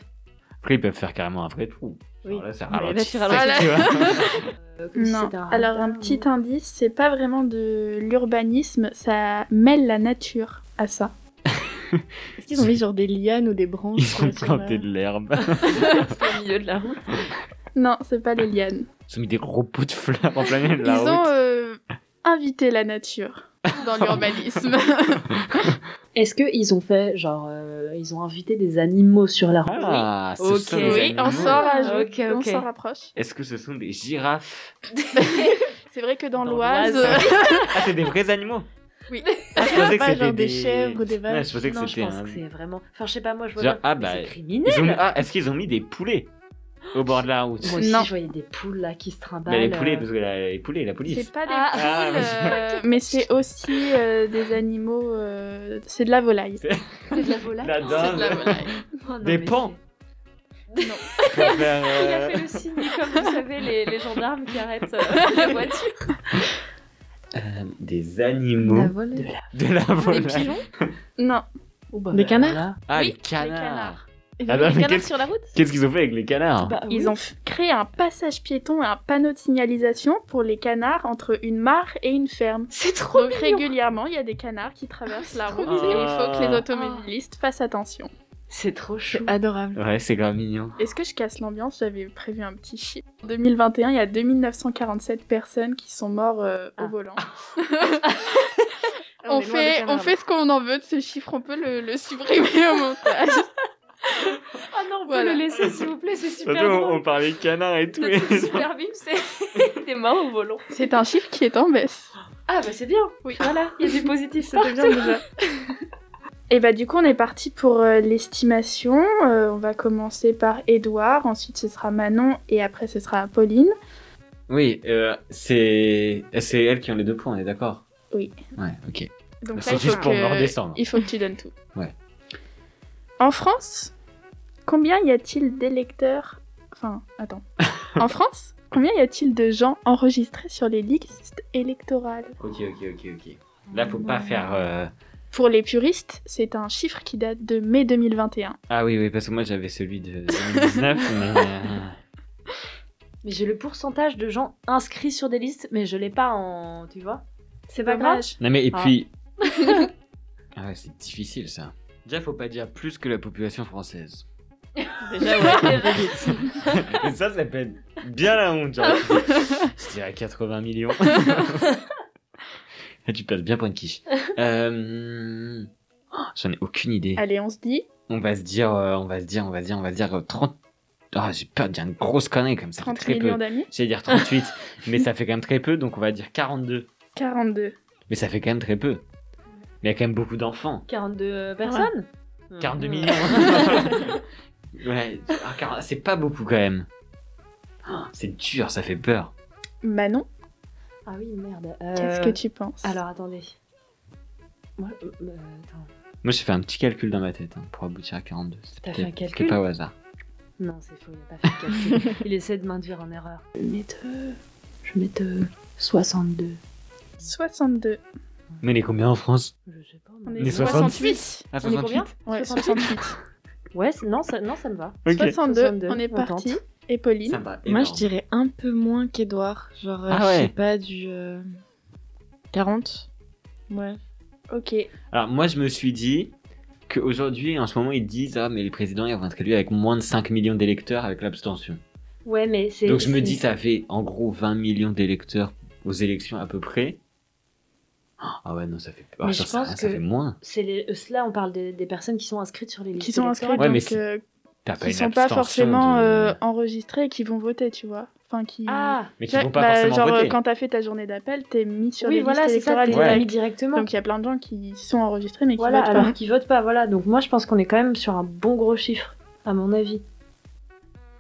S1: Après, ils peuvent faire carrément un vrai trou.
S3: Oui.
S1: Alors là, ça
S3: Mais là,
S1: ralentit.
S3: tu ralentis.
S1: tu vois.
S2: Euh, que si
S9: Non.
S2: c'est un
S9: Alors un
S2: radar,
S9: petit
S2: ou-
S9: indice, c'est pas vraiment de l'urbanisme, ça mêle la nature à ça.
S3: Est-ce qu'ils ont mis genre des lianes ou des branches
S1: Ils
S3: euh,
S1: ont
S3: sur
S1: planté
S3: la-
S1: de l'herbe.
S2: au milieu de la route.
S9: Non, c'est pas les lianes.
S1: Ils ont mis des gros pots de fleurs en plein milieu de
S9: Ils
S1: la route.
S9: ont euh, invité la nature dans l'urbanisme.
S2: Est-ce qu'ils ont fait, genre, euh, ils ont invité des animaux sur la route
S1: Ah, ce
S2: Ok.
S1: sont des
S9: oui, on
S1: animaux.
S9: s'en rajoute,
S2: Ok,
S9: on
S2: ok.
S9: s'en rapproche.
S1: Est-ce que ce sont des girafes
S9: C'est vrai que dans,
S2: Dans
S9: l'Oise,
S2: l'Oise.
S1: Ah, c'est des vrais animaux
S9: oui.
S1: Ah, je pensais que
S3: Pas genre
S1: c'était
S3: des chèvres ou des
S1: Ouais,
S3: vaches.
S1: je pensais
S2: Non,
S1: que
S2: je
S1: c'était
S2: pense
S1: un...
S2: que c'est vraiment... Enfin, je sais pas, moi, je vois
S1: Genre,
S2: bien.
S1: ah,
S2: Mais
S1: bah,
S2: C'est criminel
S1: Ils ont mis- Ah, est-ce qu'ils ont mis des poulets au bord de la route
S2: Moi aussi,
S9: Non.
S2: je voyais des poules, là, qui se trimballent.
S1: Bah, les poulets,
S2: euh,
S1: parce que la, les poulets, la police.
S9: C'est pas des
S2: Ah.
S9: poules,
S1: Ah, ouais,
S9: euh, mais c'est aussi euh, des animaux. euh, c'est de la volaille.
S1: C'est-
S2: C'est de la volaille
S1: La
S9: C'est de la
S1: dinde
S9: volaille.
S2: Oh, non,
S1: Des
S2: mais
S1: pans.
S2: c'est- Non.
S1: pour faire,
S2: Il a
S1: euh,
S2: fait le signe, comme vous savez, les, les gendarmes qui arrêtent euh, la voiture.
S1: Euh, des animaux
S3: La volaille.
S1: de la
S9: Des
S1: volaille.
S9: pigeons Non.
S2: Oh, bah,
S3: Des canards
S1: Ah,
S9: Oui,
S1: les canards.
S9: canards.
S3: Des
S1: Ah bah, mais
S3: canards
S1: qu'est-ce-
S3: sur la route
S1: Qu'est-ce qu'ils ont fait avec les canards
S2: Bah.
S3: Bah
S9: Ils ont f- créé un passage piéton et un panneau de signalisation pour les canards entre une mare et une ferme.
S3: C'est trop
S9: Donc régulièrement, il y a des canards qui traversent la
S3: trop
S9: route
S1: mignon.
S9: et il faut que les automobilistes fassent attention.
S2: C'est trop chou.
S3: Adorable.
S1: Ouais, c'est grave mignon.
S9: Est-ce que je casse l'ambiance J'avais prévu un petit chiffre. En 2021, il y a 2947 personnes qui sont mortes euh,
S2: Ah.
S9: au volant. on, fait, on fait ce qu'on en veut de ce chiffre, on peut le, le supprimer au montage.
S2: Ah non, on peut
S9: Voilà.
S2: le laisser s'il vous plaît, c'est super
S1: Surtout, on, on
S2: drôle.
S1: parlait de canards et tout.
S2: Le
S1: et-
S2: truc super bim, c'est des mains au volant.
S9: C'est un chiffre qui est en baisse.
S2: Ah bah c'est bien.
S9: Oui.
S2: Voilà, il y a du positif
S9: C'était bien
S2: partout.
S9: déjà. Et bah du coup on est parti pour euh, l'estimation. Euh, on va commencer par Édouard, ensuite ce sera Manon et après ce sera Pauline.
S1: Oui, euh, c'est c'est elles qui ont les deux points, on est d'accord
S9: Oui.
S1: Ouais, ok.
S9: Donc
S1: C'est juste pour me redescendre.
S9: il faut que tu donnes tout.
S1: Ouais.
S9: En France, combien y a-t-il d'électeurs Enfin, attends. en France, combien y a-t-il de gens enregistrés sur les listes électorales
S1: Ok, ok, ok, ok. Là, faut pas faire. euh,
S9: Pour les puristes, c'est un chiffre qui date de mai 2021.
S1: Ah oui, oui, parce que moi j'avais celui de 2019, mais. euh,
S2: Mais j'ai le pourcentage de gens inscrits sur des listes, mais je l'ai pas en. Tu vois C'est pas grave.
S9: Dommage.
S1: Non mais et
S2: Ah.
S1: puis. ah ouais, c'est difficile ça. Déjà, faut pas dire plus que la population française.
S3: Déjà, ouais.
S1: Et ça, ça peut être bien la honte. Genre. Je dirais 80 millions. Et tu passes bien pour une quiche. Euh... oh, J'en ai aucune idée.
S9: Allez, on se dit
S1: On va se dire, euh, on va se dire, on va se dire, on va se dire euh, 30. Ah, j'ai peur de dire une grosse connerie comme ça. fait
S9: 30
S1: très
S9: millions
S1: peu.
S9: d'amis
S1: J'allais dire 38, mais ça fait quand même très peu, donc on va dire 42.
S9: 42.
S1: Mais ça fait quand même très peu. Mais il y a quand même beaucoup d'enfants.
S2: 42 euh, personnes
S1: 42
S2: Mmh.
S1: millions. ouais, ah, 40 c'est pas beaucoup quand même. Ah, C'est dur, ça fait peur.
S9: Manon,
S2: Ah oui, merde.
S9: qu'est-ce
S2: Euh,
S9: que tu penses
S2: Alors attendez. Moi, euh, euh, attends.
S1: Moi j'ai fait un petit calcul dans ma tête hein, pour aboutir à 42. C'est
S2: T'as fait un
S1: peut-être- c'est
S2: calcul
S1: pas au hasard.
S2: Non, c'est faux, il n'a pas fait le calcul. il essaie de m'induire en erreur. Je vais mettre. euh, Je vais mettre. euh, 62.
S9: 62.
S1: Mais il est combien en France
S2: Je sais pas.
S9: On
S2: moi.
S9: est
S1: Les
S9: 68.
S1: Ah,
S2: On est combien
S9: Ouais,
S2: 68.
S9: 68.
S2: Ouais, c'est- non ça, non, ça me va.
S9: 62.
S2: 62,
S9: On est
S2: on
S9: parti.
S2: tente.
S9: Et Pauline,
S3: Moi, je dirais un peu moins qu'Edouard. Genre, euh,
S1: Ah
S3: je
S1: ouais.
S3: sais pas, du euh, 40. Ouais.
S9: ok.
S1: Alors moi je me suis dit qu'aujourd'hui en ce moment ils disent Ah, mais les présidents ils vont être élus avec moins de 5 millions d'électeurs avec l'abstention.
S2: Ouais, mais c'est.
S1: Donc je me
S2: c'est-
S1: dis ça fait en gros 20 millions d'électeurs aux élections à peu près. Ah ouais, non, ça fait, ah,
S2: Mais
S1: ça,
S2: je
S1: ça-
S2: pense
S1: ça
S2: que-
S1: fait moins.
S2: C'est les... euh, Cela, on parle des- des personnes qui sont inscrites sur les listes.
S9: Qui sont inscrits,
S2: électorales.
S1: Ouais, mais
S9: donc euh,
S1: T'as
S9: qui
S1: Ah, une
S9: sont pas
S1: abstention
S9: forcément
S1: de-
S9: euh, enregistrés et qui vont voter, tu vois. Enfin, qui.
S2: Ah
S1: Mais
S9: Tu
S1: qui
S9: vois,
S1: vont pas
S9: bah,
S1: forcément
S9: genre, euh,
S1: voter.
S9: quand t'as fait ta journée d'appel, t'es mis sur
S2: Oui,
S9: les
S2: voilà, c'est
S9: listes
S2: ça,
S9: électorales.
S2: t'es
S1: Ouais.
S2: mis
S9: directes.
S2: directement.
S9: Donc il y a plein de gens qui sont enregistrés mais qui
S2: voilà,
S9: votent
S2: alors
S9: pas.
S2: qu'ils votent pas, voilà. Donc moi, je pense qu'on est quand même sur un bon gros chiffre, à mon avis.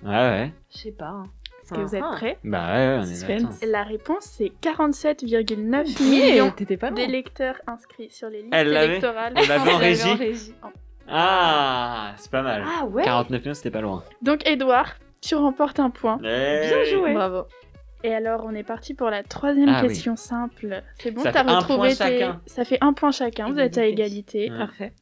S1: Ah Ouais, ouais.
S2: Je sais pas. hein.
S9: Est-ce que vous êtes
S2: Ah.
S9: prêts
S1: Bah ouais, ouais, on est là.
S3: Suspense.
S9: La réponse, c'est 47,9
S3: Mais
S9: millions
S2: Ah
S3: t'étais pas loin.
S9: d'électeurs inscrits sur les listes
S1: Elle l'avait.
S9: électorales.
S1: On l'avait en
S9: On l'avait
S1: régie. Ah, c'est pas mal.
S2: Ah ouais
S1: 49 millions, c'était pas loin.
S9: Donc Edouard, tu remportes un point.
S1: Bien
S2: joué.
S3: Bravo.
S9: Et alors, on est parti pour la troisième
S1: Ah oui.
S9: question simple. C'est bon,
S1: Ça
S9: t'as
S1: fait un
S9: retrouvé
S1: point
S9: tes-
S1: chacun.
S9: Ça fait un point chacun, vous êtes à égalité.
S1: Ouais.
S2: Parfait.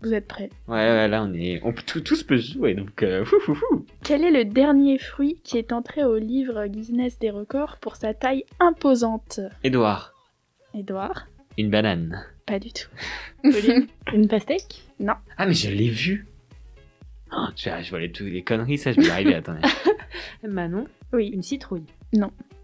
S9: Vous êtes prêts.
S1: Ouais, ouais, là, on est. On peut... tout, tous peut se jouer, donc. euh, fou, fou, fou.
S9: Quel est le dernier fruit qui est entré au livre Guinness des records pour sa taille imposante
S1: Edouard,
S9: Edouard
S1: une banane.
S9: Pas du tout.
S3: Une pastèque
S1: Ah, mais je l'ai vu. Ah, tu vois, je vois les, tous les conneries, ça, je vais y arriver, attendez.
S2: Manon,
S9: oui,
S2: une citrouille.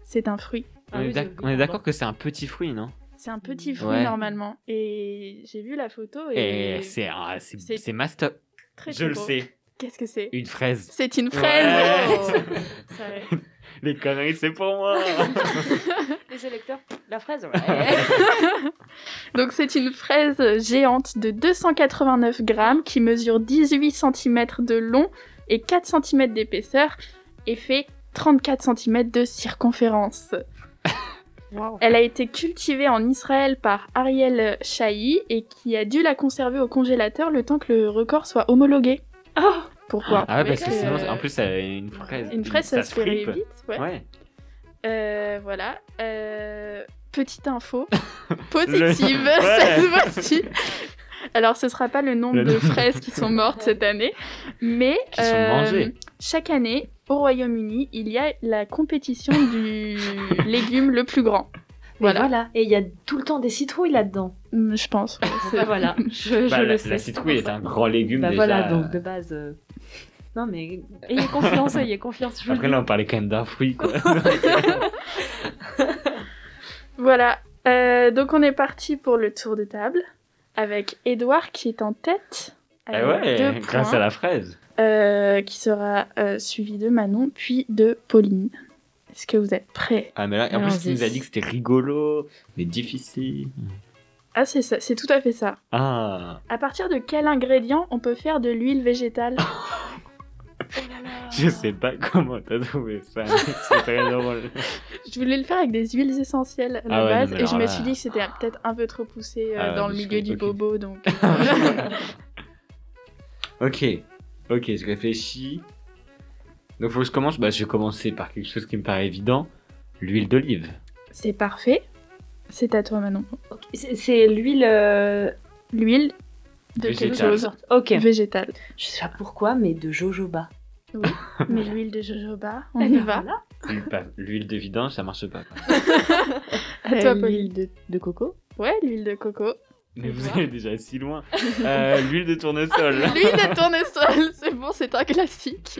S9: c'est un fruit.
S1: On est d'ac- on est d'accord que c'est un petit fruit, non
S9: C'est un petit fruit
S1: Ouais.
S9: normalement. Et j'ai vu la photo et,
S1: Et c'est ah, c'est-
S9: c'est-
S1: c'est master.
S9: très
S1: je le
S9: très beau.
S1: sais,
S9: Qu'est-ce que c'est
S1: une fraise.
S9: C'est une fraise
S1: Ouais.
S9: Oh, ça-
S1: les conneries, c'est pour moi.
S2: Les électeurs, la fraise,
S9: Donc c'est une fraise géante de 289 grammes qui mesure 18 cm de long et 4 cm d'épaisseur et fait 34 cm de circonférence. Elle a été cultivée en Israël par Ariel Chahi et qui a dû la conserver au congélateur le temps que le record soit homologué.
S2: Oh,
S9: Pourquoi
S1: Ah ouais, parce que
S9: euh,
S1: sinon, en plus, ça- une fraise.
S9: une fraise ça, se fait
S1: fripe.
S9: vite, ouais.
S1: Ouais.
S9: Euh, voilà. Euh, petite info positive
S1: Ouais.
S9: cette fois-ci. Alors, ce sera pas le nombre
S1: Le
S9: de
S1: nombre.
S9: fraises qui sont mortes cette année, mais euh,
S1: Qui sont mangées.
S9: chaque année, au Royaume-Uni, il y a la compétition du légume le plus grand.
S2: Mais
S9: Voilà.
S2: voilà. Et il y a tout le temps des citrouilles là-dedans.
S9: Mm, Je pense. ouais, c'est-
S2: Bah voilà,
S1: Bah,
S2: je, je
S1: la,
S2: le
S1: la
S2: sais.
S1: citrouille est un grand légume
S2: Bah
S1: déjà.
S2: voilà, donc de base. euh, Non mais ayez confiance, ayez confiance. Je vous le
S1: Après là, on parlait quand même d'un fruit. Quoi.
S9: Voilà. Euh, donc, on est parti pour le tour de table avec Edouard qui est en tête.
S1: Eh
S9: avec
S1: ouais,
S9: Ah, deux
S1: grâce
S9: points.
S1: à la fraise.
S9: euh, qui sera euh, suivi de Manon, puis de Pauline. Est-ce que vous êtes prêts
S1: Ah mais là, en plus, tu
S3: Allons-y.
S1: nous as dit que c'était rigolo, mais difficile.
S9: Ah, c'est ça, c'est tout à fait ça.
S1: Ah,
S9: À partir de quel ingrédient on peut faire de l'huile végétale Oh Ah.
S1: je sais pas comment t'as trouvé ça. mais C'est très drôle.
S9: Je voulais le faire avec des huiles essentielles à la
S1: Ah ouais,
S9: base,
S1: non, mais
S9: et je
S1: alors
S9: me
S1: là-
S9: suis dit que c'était euh, peut-être un peu trop poussé euh,
S1: Ah ouais,
S9: dans le
S1: parce
S9: milieu
S1: que-
S9: du
S1: ok.
S9: bobo, donc. euh,
S1: Ok, ok, je réfléchis. Donc faut que je commence. Bah, je vais commencer par quelque chose qui me paraît évident. L'huile d'olive.
S9: c'est parfait. C'est à toi, Manon.
S2: dis. C'est- C'est l'huile. euh,
S9: L'huile de quelque
S1: Végétale.
S9: chose
S2: Ok.
S9: végétale.
S2: Je sais pas pourquoi, mais de jojoba.
S9: Mais l'huile de jojoba, on
S2: Eh
S9: y
S2: ben
S9: va.
S2: voilà.
S1: L'huile- pas- L'huile de vidange, ça marche pas. quoi.
S9: À toi, Pauline.
S3: euh, l'huile de, de coco.
S9: Ouais, l'huile de coco.
S1: Mais vous allez déjà si loin. Euh, L'huile de tournesol.
S9: L'huile de tournesol, c'est bon, c'est un classique.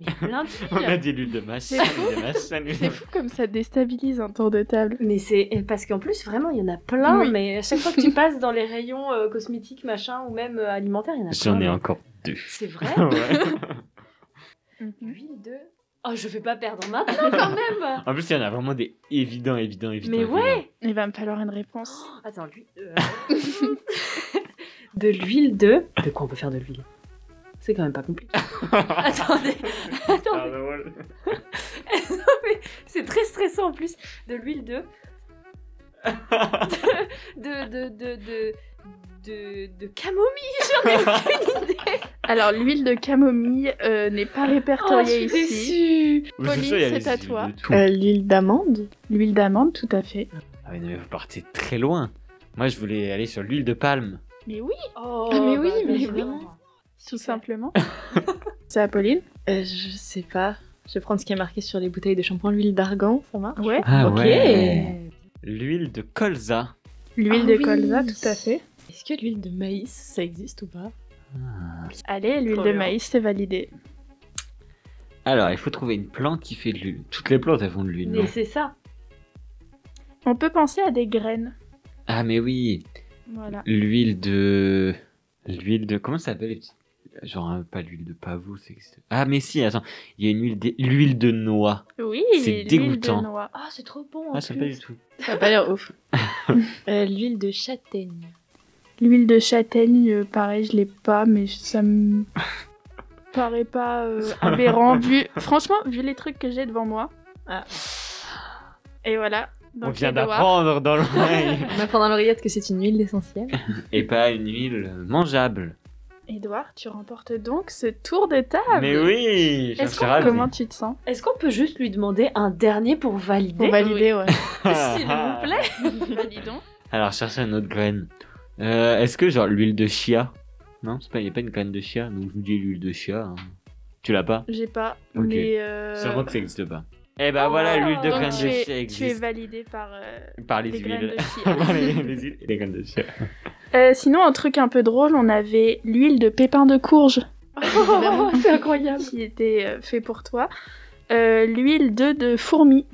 S2: Il y a plein de
S1: On a
S2: trucs.
S1: dit l'huile de machin,
S9: C'est fou.
S1: l'huile de machin, l'huile
S9: C'est
S1: de...
S9: fou comme ça déstabilise un tour de table.
S2: Mais c'est et parce qu'en plus vraiment il y en a plein
S9: Oui.
S2: mais à chaque fois que tu passes dans les rayons euh, cosmétiques machin ou même euh, alimentaires il y en a
S1: J'en
S2: plein.
S1: ai encore deux.
S2: C'est vrai
S1: Ouais.
S2: L'huile de Oh, je vais pas perdre maintenant quand même
S1: En plus, il y en a vraiment des évidents, évidents, évidents.
S2: Mais ouais
S9: Il va me falloir une réponse.
S3: Ah,
S2: Attends, lui. euh, de l'huile de. De quoi on peut faire de l'huile C'est quand même pas compliqué. Attendez,
S1: Ah,
S2: attendez.
S1: bah,
S2: C'est très stressant en plus. De l'huile de. De. De. De. De. De, de camomille, j'en ai aucune idée.
S9: Alors, l'huile de camomille euh, n'est pas
S2: Oh, je
S9: répertoriée
S2: suis
S9: ici.
S2: déçue.
S9: Pauline, c'est à toi.
S3: Euh, l'huile d'amande.
S9: L'huile d'amande, tout à fait.
S1: Ah mais non, mais vous partez très loin. Moi, je voulais aller sur l'huile de palme.
S9: Mais oui,
S2: Oh,
S3: Ah, mais oui,
S2: bien
S3: mais oui.
S2: évidemment.
S9: tout simplement. C'est à Pauline
S3: Euh, je sais pas. Je vais prendre ce qui est marqué sur les bouteilles de shampoing. L'huile d'argan, ça marche
S9: Ouais.
S1: Ah
S3: Ok.
S1: L'huile de colza.
S9: L'huile
S3: Ah
S9: de
S3: oui.
S9: colza, tout à fait.
S3: Est-ce que l'huile de maïs, ça existe ou pas
S9: Allez, l'huile
S2: Trop
S9: de
S2: bien.
S9: maïs, c'est validé.
S1: Alors, il faut trouver une plante qui fait de l'huile. Toutes les plantes, elles font de l'huile, non
S2: Mais c'est ça.
S9: On peut penser à des graines.
S1: Ah mais oui,
S9: Voilà.
S1: l'huile de... L'huile de... Comment ça s'appelle les petites- Genre, hein, pas l'huile de pavot, c'est... Ah mais si, attends, il y a une huile de, l'huile de noix.
S9: Oui,
S1: C'est
S9: l'huile de
S1: dégoûtant.
S9: noix.
S2: Ah, c'est trop bon. en
S1: Ah, ça
S2: plus.
S1: pas du tout.
S3: Ça a pas l'air ouf. Euh, l'huile de châtaigne.
S9: L'huile de châtaigne, euh, pareil, je l'ai pas, mais ça me paraît pas euh, aberrant. Vu... Franchement, vu les trucs que j'ai devant moi.
S3: Ah.
S9: Et voilà. Donc,
S1: On vient
S9: Edouard.
S1: d'apprendre dans l'oreille.
S3: On apprend dans l'oreillette que c'est une huile essentielle.
S1: Et pas une huile mangeable.
S9: Edouard, tu remportes donc ce tour de
S2: Ah,
S9: table.
S1: mais oui j'en
S9: Est-ce
S1: suis
S9: qu'on-
S1: ravi.
S9: Comment tu te sens
S2: Est-ce qu'on peut juste lui demander un dernier pour valider
S1: Eh
S3: Pour valider, ouais.
S2: S'il vous plaît.
S9: Validons.
S1: Alors, cherchez une autre graine. Euh, Est-ce que, genre, l'huile de chia Non, c'est pas, il n'y a pas une graine de chia, donc je vous dis l'huile de chia. hein. Tu l'as pas
S9: J'ai pas,
S1: Ok.
S9: mais. euh, Ah,
S1: Sûrement que ça n'existe pas. Eh ben voilà,
S2: Oh
S1: l'huile de
S9: donc
S1: graine de
S9: tu es,
S1: chia
S9: tu es
S1: existe.
S9: validé par euh,
S1: Par les
S9: les graines
S1: huiles.
S9: de chia.
S1: Par les, les huiles et les graines de chia.
S9: Euh, sinon, un truc un peu drôle, on avait l'huile de pépin de courge.
S2: Oh, c'est incroyable.
S9: qui était euh, fait pour toi. Euh, L'huile d'œuf de fourmi.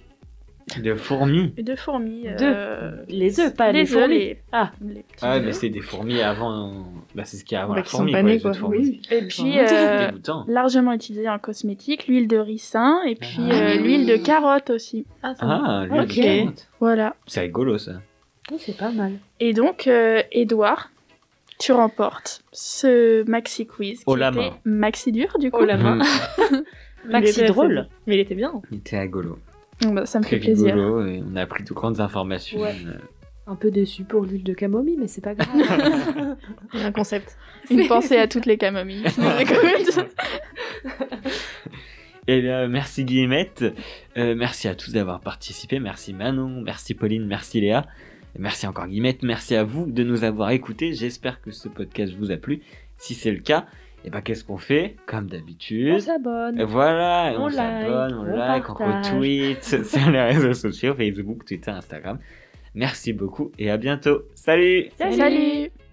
S1: De fourmis.
S9: De fourmi. euh,
S2: De- Les œufs, pas les,
S9: les œufs,
S2: fourmis.
S9: les-
S2: Ah.
S9: les petits
S1: Ah, ouais,
S9: œufs.
S1: mais c'est des fourmis avant. Bah, c'est ce qu'il y a avant
S3: Bah,
S1: la
S3: qui sont
S1: fourmi.
S3: panées,
S1: les
S3: quoi.
S1: œufs de fourmis.
S9: Et puis,
S1: C'est
S9: euh,
S1: dégoûtant.
S9: largement utilisé en cosmétique, l'huile de ricin et puis
S1: Ah.
S9: euh, l'huile de carotte aussi.
S3: Ah, ça marche.
S1: Ah, l'huile
S3: Ok.
S1: de carotte.
S9: Voilà.
S1: C'est rigolo, ça.
S2: Oh, c'est pas mal.
S9: Et donc, euh, Edouard, tu remportes ce maxi quiz. Qui
S1: Oh la
S9: était
S1: main.
S9: maxi dur, du coup.
S2: Oh la main.
S1: Mm.
S2: Maxi
S3: Il était
S2: drôle.
S3: assez- Mais il était bien. hein.
S1: Il était rigolo.
S9: Bon, bah, ça me
S1: Très
S9: fait plaisir.
S1: rigolo, et on a appris de grandes informations.
S2: Ouais. Un peu déçu pour l'huile de camomille, mais c'est pas grave.
S3: Il y a un concept.
S9: Une
S2: C'est-
S9: pensée à toutes les camomilles. qui nous écoutent.
S1: Eh bien, merci Guillemette. Euh, merci à tous d'avoir participé. Merci Manon, merci Pauline, merci Léa. Merci encore Guillemette. Merci à vous de nous avoir écoutés. J'espère que ce podcast vous a plu. Si c'est le cas, eh ben, qu'est-ce qu'on fait Comme
S2: On
S1: d'habitude.
S2: s'abonne.
S1: Et Voilà,
S2: On
S1: on,
S2: like,
S1: s'abonne, on,
S2: on
S1: like, on
S2: partage.
S1: retweet sur les réseaux sociaux, Facebook, Twitter, Instagram. Merci beaucoup et à bientôt. Salut
S2: Salut.